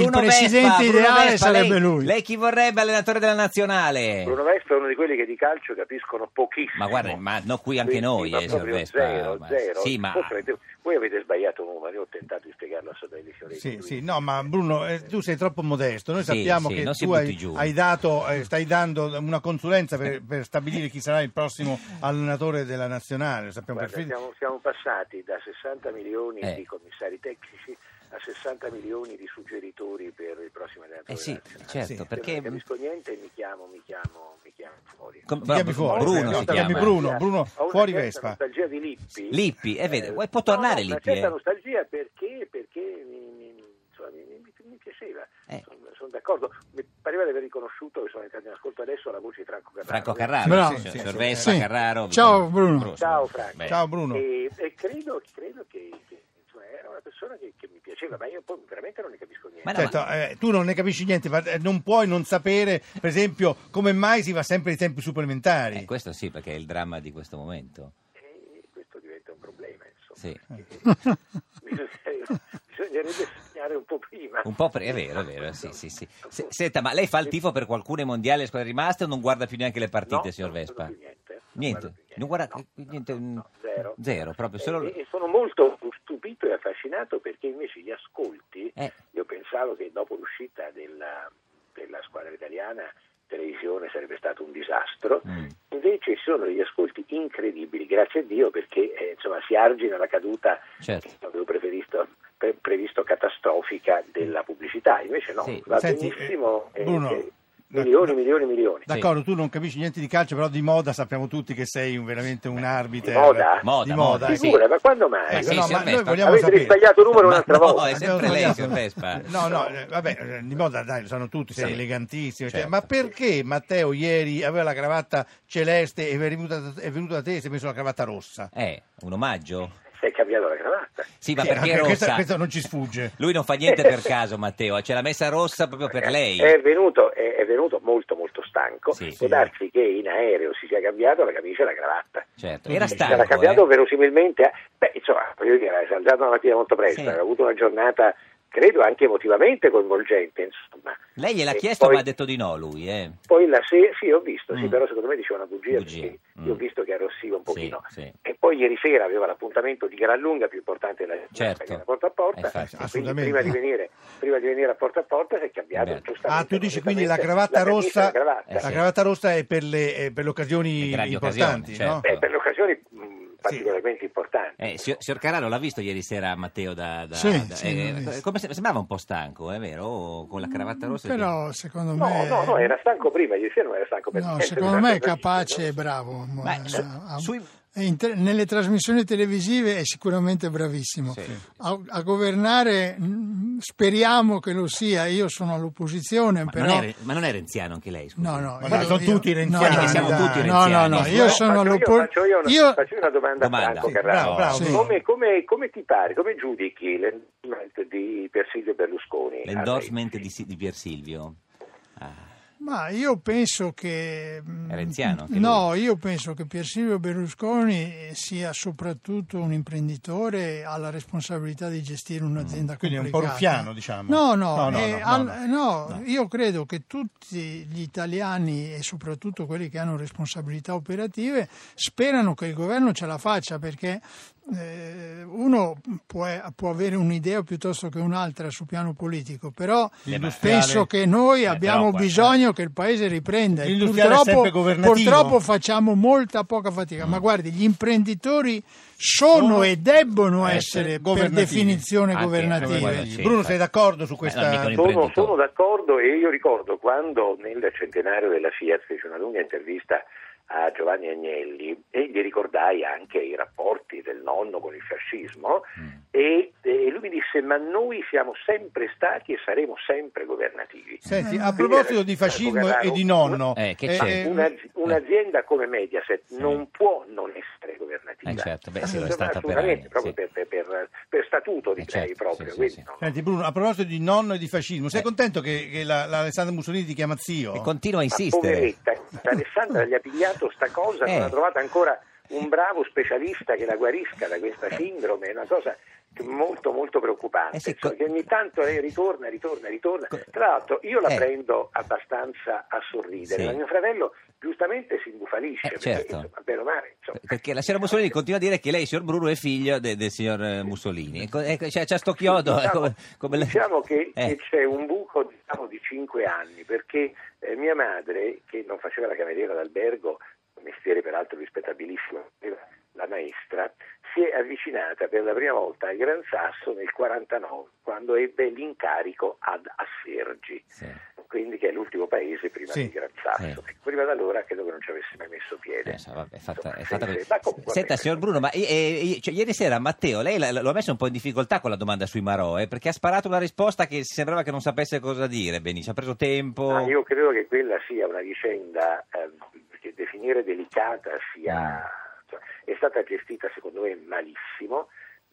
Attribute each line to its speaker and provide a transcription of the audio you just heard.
Speaker 1: Il presidente
Speaker 2: Bruno
Speaker 1: ideale
Speaker 2: Vespa,
Speaker 1: sarebbe
Speaker 2: lei-
Speaker 1: lui.
Speaker 2: Lei chi vorrebbe allenatore della nazionale?
Speaker 3: Bruno Vespa è uno di quelli che di calcio capiscono pochissimo.
Speaker 2: Eh. Ma guarda, ma no, qui anche
Speaker 3: Quindi,
Speaker 2: noi,
Speaker 3: ma
Speaker 2: eh, signor
Speaker 3: proprio
Speaker 2: Vespa.
Speaker 3: Zero,
Speaker 2: ma-
Speaker 3: zero.
Speaker 2: Sì, ma...
Speaker 3: Voi, prendete- voi avete sbagliato numero, io ho tentato di spiegarlo a Sabelli Fioretti.
Speaker 1: Sì,
Speaker 3: lui-
Speaker 1: sì, no, ma Bruno, eh, tu sei troppo modesto. Noi
Speaker 2: Sì,
Speaker 1: sappiamo
Speaker 2: sì,
Speaker 1: che
Speaker 2: non si
Speaker 1: tu
Speaker 2: butti
Speaker 1: hai,
Speaker 2: giù.
Speaker 1: hai dato, eh, stai dando una consulenza per, per stabilire chi sarà il prossimo allenatore della nazionale. Lo sappiamo
Speaker 3: Guarda,
Speaker 1: perfettamente.
Speaker 3: siamo, siamo passati da 60 milioni
Speaker 2: Eh.
Speaker 3: di commissari tecnici a 60 milioni di suggeritori per il prossimo allenatore.
Speaker 2: Eh sì,
Speaker 3: nazionale.
Speaker 2: certo,
Speaker 1: Sì.
Speaker 3: Io
Speaker 2: perché...
Speaker 3: non capisco niente e mi chiamo, mi chiamo, mi chiamo fuori.
Speaker 2: com-
Speaker 1: Ti chiami fuori,
Speaker 2: Bruno
Speaker 1: no,
Speaker 2: si
Speaker 1: ti chiami
Speaker 2: chiama.
Speaker 1: Bruno, Bruno,
Speaker 3: Ho una
Speaker 1: fuori
Speaker 3: certa
Speaker 1: Vespa.
Speaker 3: nostalgia di Lippi.
Speaker 2: Lippi, eh, vede, vuoi- può
Speaker 3: no,
Speaker 2: tornare
Speaker 3: no,
Speaker 2: Lippi,
Speaker 3: Una certa
Speaker 2: eh.
Speaker 3: nostalgia perché, perché mi, mi- mi- insomma, mi- mi- mi- mi piaceva.
Speaker 2: Eh.
Speaker 3: Sono, sono d'accordo. Mi pareva di aver riconosciuto che sono entrato in ascolto adesso la voce di Franco Carraro.
Speaker 2: Franco Carraro,
Speaker 1: Bravo,
Speaker 2: sì,
Speaker 1: sì,
Speaker 2: signor
Speaker 1: sì.
Speaker 2: Vespa,
Speaker 1: Sì.
Speaker 2: Carraro. vi-
Speaker 1: Ciao, Bruno.
Speaker 3: Ciao, Franco.
Speaker 2: Beh,
Speaker 1: Ciao Bruno.
Speaker 3: E, e credo, credo che, che, insomma, era una persona che, che mi piaceva, ma io poi veramente non ne capisco niente.
Speaker 2: Ma no,
Speaker 1: Certo, eh, tu non ne capisci niente, ma, eh, non puoi non sapere, per esempio, come mai si va sempre ai tempi supplementari.
Speaker 2: eh, questo sì, perché è il dramma di questo momento.
Speaker 3: E questo diventa un problema, insomma.
Speaker 2: Sì.
Speaker 3: Bisognerebbe- Bisognerebbe segnare un po' prima. Ecco.
Speaker 2: Un po' pre- è vero, è vero, sì, sì, sì. Se- senta, ma lei fa il tifo per qualcuno ai mondiali e squadre rimaste o non guarda più neanche le partite,
Speaker 3: No,
Speaker 2: signor
Speaker 3: non guardo
Speaker 2: Vespa?
Speaker 3: più niente, non
Speaker 2: Niente,
Speaker 3: guardo più
Speaker 2: non guarda eh,
Speaker 3: niente, no,
Speaker 2: niente,
Speaker 3: no,
Speaker 2: un-
Speaker 3: no, zero. Eh,
Speaker 2: proprio, solo...
Speaker 3: E, e sono molto stupito e affascinato perché invece gli ascolti,
Speaker 2: Eh.
Speaker 3: io pensavo che dopo l'uscita della, della squadra italiana televisione sarebbe stato un disastro,
Speaker 2: Mm.
Speaker 3: invece ci sono degli ascolti incredibili, grazie a Dio perché eh, insomma, si argina la caduta
Speaker 2: Certo.
Speaker 3: che avevo preferito- pre- previsto catastrofica della pubblicità, invece no,
Speaker 2: Sì.
Speaker 3: va
Speaker 1: Senti,
Speaker 3: benissimo,
Speaker 1: eh,
Speaker 3: eh,
Speaker 1: Bruno,
Speaker 3: eh,
Speaker 1: da-
Speaker 3: milioni,
Speaker 1: da-
Speaker 3: milioni, milioni.
Speaker 1: D'accordo, tu non capisci niente di calcio, però di moda sappiamo tutti che sei un- veramente un arbitro.
Speaker 3: moda?
Speaker 2: Moda,
Speaker 1: Di
Speaker 2: moda,
Speaker 1: moda, eh,
Speaker 2: sì.
Speaker 1: sì.
Speaker 3: Figura, ma quando mai?
Speaker 2: Ma
Speaker 1: Eh,
Speaker 2: sì,
Speaker 1: no,
Speaker 2: signor
Speaker 1: ma noi
Speaker 2: Vespa.
Speaker 1: vogliamo
Speaker 3: Avete
Speaker 1: sapere.
Speaker 3: risbagliato numero
Speaker 2: Ma
Speaker 3: un'altra
Speaker 2: no, eh.
Speaker 3: volta.
Speaker 2: è sempre
Speaker 1: Abbiamo
Speaker 2: lei,
Speaker 1: sbagliato.
Speaker 2: signor Vespa.
Speaker 1: No, no, eh, vabbè, eh, di moda dai, lo sanno tutti, sei
Speaker 2: Sì.
Speaker 1: elegantissimo. cioè,
Speaker 2: Certo.
Speaker 1: ma perché Matteo ieri aveva la cravatta celeste e è venuto, da- è venuto da te e si è messo la cravatta rossa?
Speaker 2: Eh, un omaggio?
Speaker 3: Si è cambiato la cravatta.
Speaker 2: Sì, ma
Speaker 1: Sì,
Speaker 2: perché
Speaker 1: Cioè, anche
Speaker 2: rossa?
Speaker 1: questa- questo non ci sfugge.
Speaker 2: Lui non fa niente per caso, Matteo, ce l'ha messa rossa proprio
Speaker 3: Eh,
Speaker 2: per lei.
Speaker 3: È venuto, è, è venuto molto molto stanco.
Speaker 2: Sì,
Speaker 1: sì.
Speaker 3: Può darsi che in aereo si sia cambiato la camicia e la cravatta.
Speaker 2: Certo, era
Speaker 1: Si
Speaker 3: Si sarà
Speaker 2: stanco,
Speaker 3: cambiato
Speaker 2: eh.
Speaker 3: verosimilmente. a- Beh, insomma, voglio dire, si è alzato la mattina molto presto,
Speaker 2: Sì.
Speaker 3: aveva avuto una giornata, credo, anche emotivamente coinvolgente, insomma.
Speaker 2: Lei gliel'ha
Speaker 3: E
Speaker 2: chiesto
Speaker 3: Eh, poi-
Speaker 2: ma ha detto di no lui, eh.
Speaker 3: Poi la sera, sì, ho visto, sì,
Speaker 2: Mm.
Speaker 3: però secondo me diceva una bugia,
Speaker 2: Bugia,
Speaker 3: perché
Speaker 2: mm.
Speaker 3: io ho visto che arrossiva un
Speaker 2: Sì,
Speaker 3: pochino.
Speaker 2: sì.
Speaker 3: E poi ieri sera aveva l'appuntamento di gran lunga più importante della
Speaker 2: Certo.
Speaker 3: che era porta a porta.
Speaker 2: Eh, infatti.
Speaker 3: Quindi
Speaker 1: Assolutamente.
Speaker 3: Prima di, venire, prima di venire a porta a porta si è cambiato
Speaker 2: Beh.
Speaker 3: giustamente.
Speaker 1: Ah, tu dici quindi la
Speaker 3: completamente
Speaker 1: cravatta
Speaker 3: camicia e
Speaker 1: rossa,
Speaker 3: la cravatta.
Speaker 2: Eh,
Speaker 1: la
Speaker 2: sì.
Speaker 1: cravatta rossa è per le, eh, per le occasioni
Speaker 2: Le grandi
Speaker 1: importanti,
Speaker 2: occasioni, certo.
Speaker 1: no?
Speaker 3: Beh, per le occasioni mh, particolarmente importanti.
Speaker 2: Eh, signor, signor Carraro l'ha visto ieri sera Matteo da... da-
Speaker 4: Sì,
Speaker 2: da-
Speaker 4: sì,
Speaker 2: eh,
Speaker 4: l'ho visto. Mm,
Speaker 2: come se- sembrava un po' stanco, è vero? O Con la cravatta rossa.
Speaker 4: Però secondo
Speaker 3: No,
Speaker 4: me,
Speaker 3: no, no, era stanco prima, ieri sera non era stanco per
Speaker 4: no,
Speaker 3: niente,
Speaker 4: secondo
Speaker 3: era
Speaker 4: me è
Speaker 3: stanco per
Speaker 4: capace e
Speaker 3: niente,
Speaker 4: bravo. eh,
Speaker 2: Ma su-
Speaker 4: Ha- ha-
Speaker 2: sui-
Speaker 4: è in te- nelle trasmissioni televisive è sicuramente bravissimo.
Speaker 2: Sì.
Speaker 4: A, a governare mh, speriamo che lo sia, io sono all'opposizione,
Speaker 2: Ma,
Speaker 4: però...
Speaker 2: non è, ma non è renziano anche lei, scusi.
Speaker 4: No, no,
Speaker 1: Ma sono tutti renziani,
Speaker 4: no, no,
Speaker 1: che siamo
Speaker 4: no,
Speaker 1: tutti
Speaker 4: no, no, no,
Speaker 2: renziani.
Speaker 4: io
Speaker 3: No,
Speaker 4: sono
Speaker 3: faccio io, faccio io una,
Speaker 4: all'opposizione.
Speaker 3: faccio io una domanda,
Speaker 2: Domanda.
Speaker 3: a Franco
Speaker 2: Sì,
Speaker 3: Carraro.
Speaker 1: bravo, bravo.
Speaker 4: Sì.
Speaker 3: Come, come- come ti pare, come giudichi l'endorsement di per Silvio Berlusconi? Ah,
Speaker 2: L'endorsement di, Si- di Pier Silvio. Ah,
Speaker 4: Ma io penso che. mm,
Speaker 2: È renziano anche
Speaker 4: No, io penso che Pier Silvio Berlusconi eh, sia soprattutto un imprenditore, ha la responsabilità di gestire un'azienda
Speaker 1: Mm. Quindi è un po'
Speaker 4: complicata.
Speaker 1: ruffiano, diciamo.
Speaker 4: No, no,
Speaker 1: No, no,
Speaker 4: eh,
Speaker 1: no, no,
Speaker 4: al-
Speaker 1: no.
Speaker 4: no,
Speaker 1: No.
Speaker 4: io credo che tutti gli italiani e soprattutto quelli che hanno responsabilità operative sperano che il governo ce la faccia perché eh, uno può, può avere un'idea piuttosto che un'altra sul piano politico, però
Speaker 1: L'industriale-
Speaker 4: penso che
Speaker 1: eh,
Speaker 4: noi abbiamo
Speaker 2: però qua-
Speaker 4: bisogno che il paese riprenda. E
Speaker 1: L'industriale è sempre governativo. Mm.
Speaker 4: purtroppo facciamo molta poca fatica, ma guardi, gli imprenditori sono,
Speaker 1: Sono
Speaker 4: e debbono
Speaker 1: essere
Speaker 4: essere per
Speaker 1: governativi.
Speaker 4: definizione
Speaker 2: Anche-
Speaker 1: Eh,
Speaker 2: Sì,
Speaker 4: governativi.
Speaker 1: guarda,
Speaker 2: sì,
Speaker 1: Bruno,
Speaker 2: infatti.
Speaker 1: sei d'accordo su
Speaker 2: Eh, no,
Speaker 1: questa...
Speaker 2: dico-
Speaker 3: Sono,
Speaker 2: imprenditore.
Speaker 3: sono d'accordo e io ricordo quando nel centenario della Fiat fece una lunga intervista a Giovanni Agnelli e gli ricordai anche i rapporti del nonno con il fascismo
Speaker 2: Mm.
Speaker 3: e, e lui mi disse ma noi siamo sempre stati e saremo sempre governativi.
Speaker 1: Senti, a proposito di fascismo e di nonno,
Speaker 2: Eh, che c'è?
Speaker 1: eh,
Speaker 3: Una- un'azienda come Mediaset non può non essere governativa.
Speaker 2: Eh, certo, beh, sì, lo è
Speaker 3: Insomma,
Speaker 2: stata per
Speaker 3: assolutamente,
Speaker 2: anni,
Speaker 3: proprio
Speaker 2: sì.
Speaker 3: per, per- per statuto di
Speaker 2: Eh, certo,
Speaker 3: proprio.
Speaker 2: sì, sì,
Speaker 3: quindi
Speaker 2: sì.
Speaker 3: no, no.
Speaker 1: Ecco. Senti Bruno, a proposito di nonno e di fascismo, sei
Speaker 2: Eh.
Speaker 1: contento che, che la, l'Alessandro Mussolini ti chiama zio?
Speaker 2: E continua a
Speaker 3: Ma
Speaker 2: insistere.
Speaker 3: Poveretta, Alessandra gli ha pigliato sta cosa,
Speaker 2: Eh.
Speaker 3: non ha trovato ancora un bravo specialista che la guarisca da questa sindrome, è una cosa molto molto preoccupante
Speaker 2: Eh sì,
Speaker 3: Insomma,
Speaker 2: co-
Speaker 3: che ogni tanto lei ritorna ritorna ritorna
Speaker 2: Co-
Speaker 3: tra l'altro io la
Speaker 2: Eh.
Speaker 3: prendo abbastanza a sorridere
Speaker 2: Sì.
Speaker 3: ma mio fratello giustamente si indufalisce
Speaker 2: Eh,
Speaker 3: perché,
Speaker 2: certo.
Speaker 3: insomma, bene o male insomma.
Speaker 2: Perché la signora Mussolini continua a dire che lei, signor Bruno, è figlio de- del signor eh, Mussolini. E co- e co- C'è, c'è sto chiodo. eh,
Speaker 3: Diciamo,
Speaker 2: come- come le-
Speaker 3: diciamo che,
Speaker 2: Eh,
Speaker 3: che c'è un buco diciamo, di 5 anni perché eh, mia madre, che non faceva la cameriera d'albergo, un mestiere peraltro rispettabilissimo, faceva la maestra, si è avvicinata per la prima volta al Gran Sasso nel 49, quando ebbe l'incarico ad Assergi,
Speaker 2: sì.
Speaker 3: quindi che è l'ultimo paese prima
Speaker 1: Sì,
Speaker 3: di Gran Sasso.
Speaker 2: sì.
Speaker 3: Prima da allora credo che non ci avesse mai messo piede.
Speaker 2: Eh, so, vabbè, è fatta- è
Speaker 3: Insomma,
Speaker 2: fatta
Speaker 3: sì,
Speaker 2: così.
Speaker 3: sì, ma comunque,
Speaker 2: Senta,
Speaker 3: vabbè.
Speaker 2: signor Bruno, ma i- e- i- cioè, ieri sera Matteo, lei la- la- lo ha messo un po' in difficoltà con la domanda sui Marò, eh, perché ha sparato una risposta che sembrava che non sapesse cosa dire, benissimo, ha preso tempo.
Speaker 3: Ma Ah, io credo che quella sia una vicenda eh, che definire delicata sia
Speaker 1: Mm.
Speaker 3: cioè, è stata gestita secondo me malissimo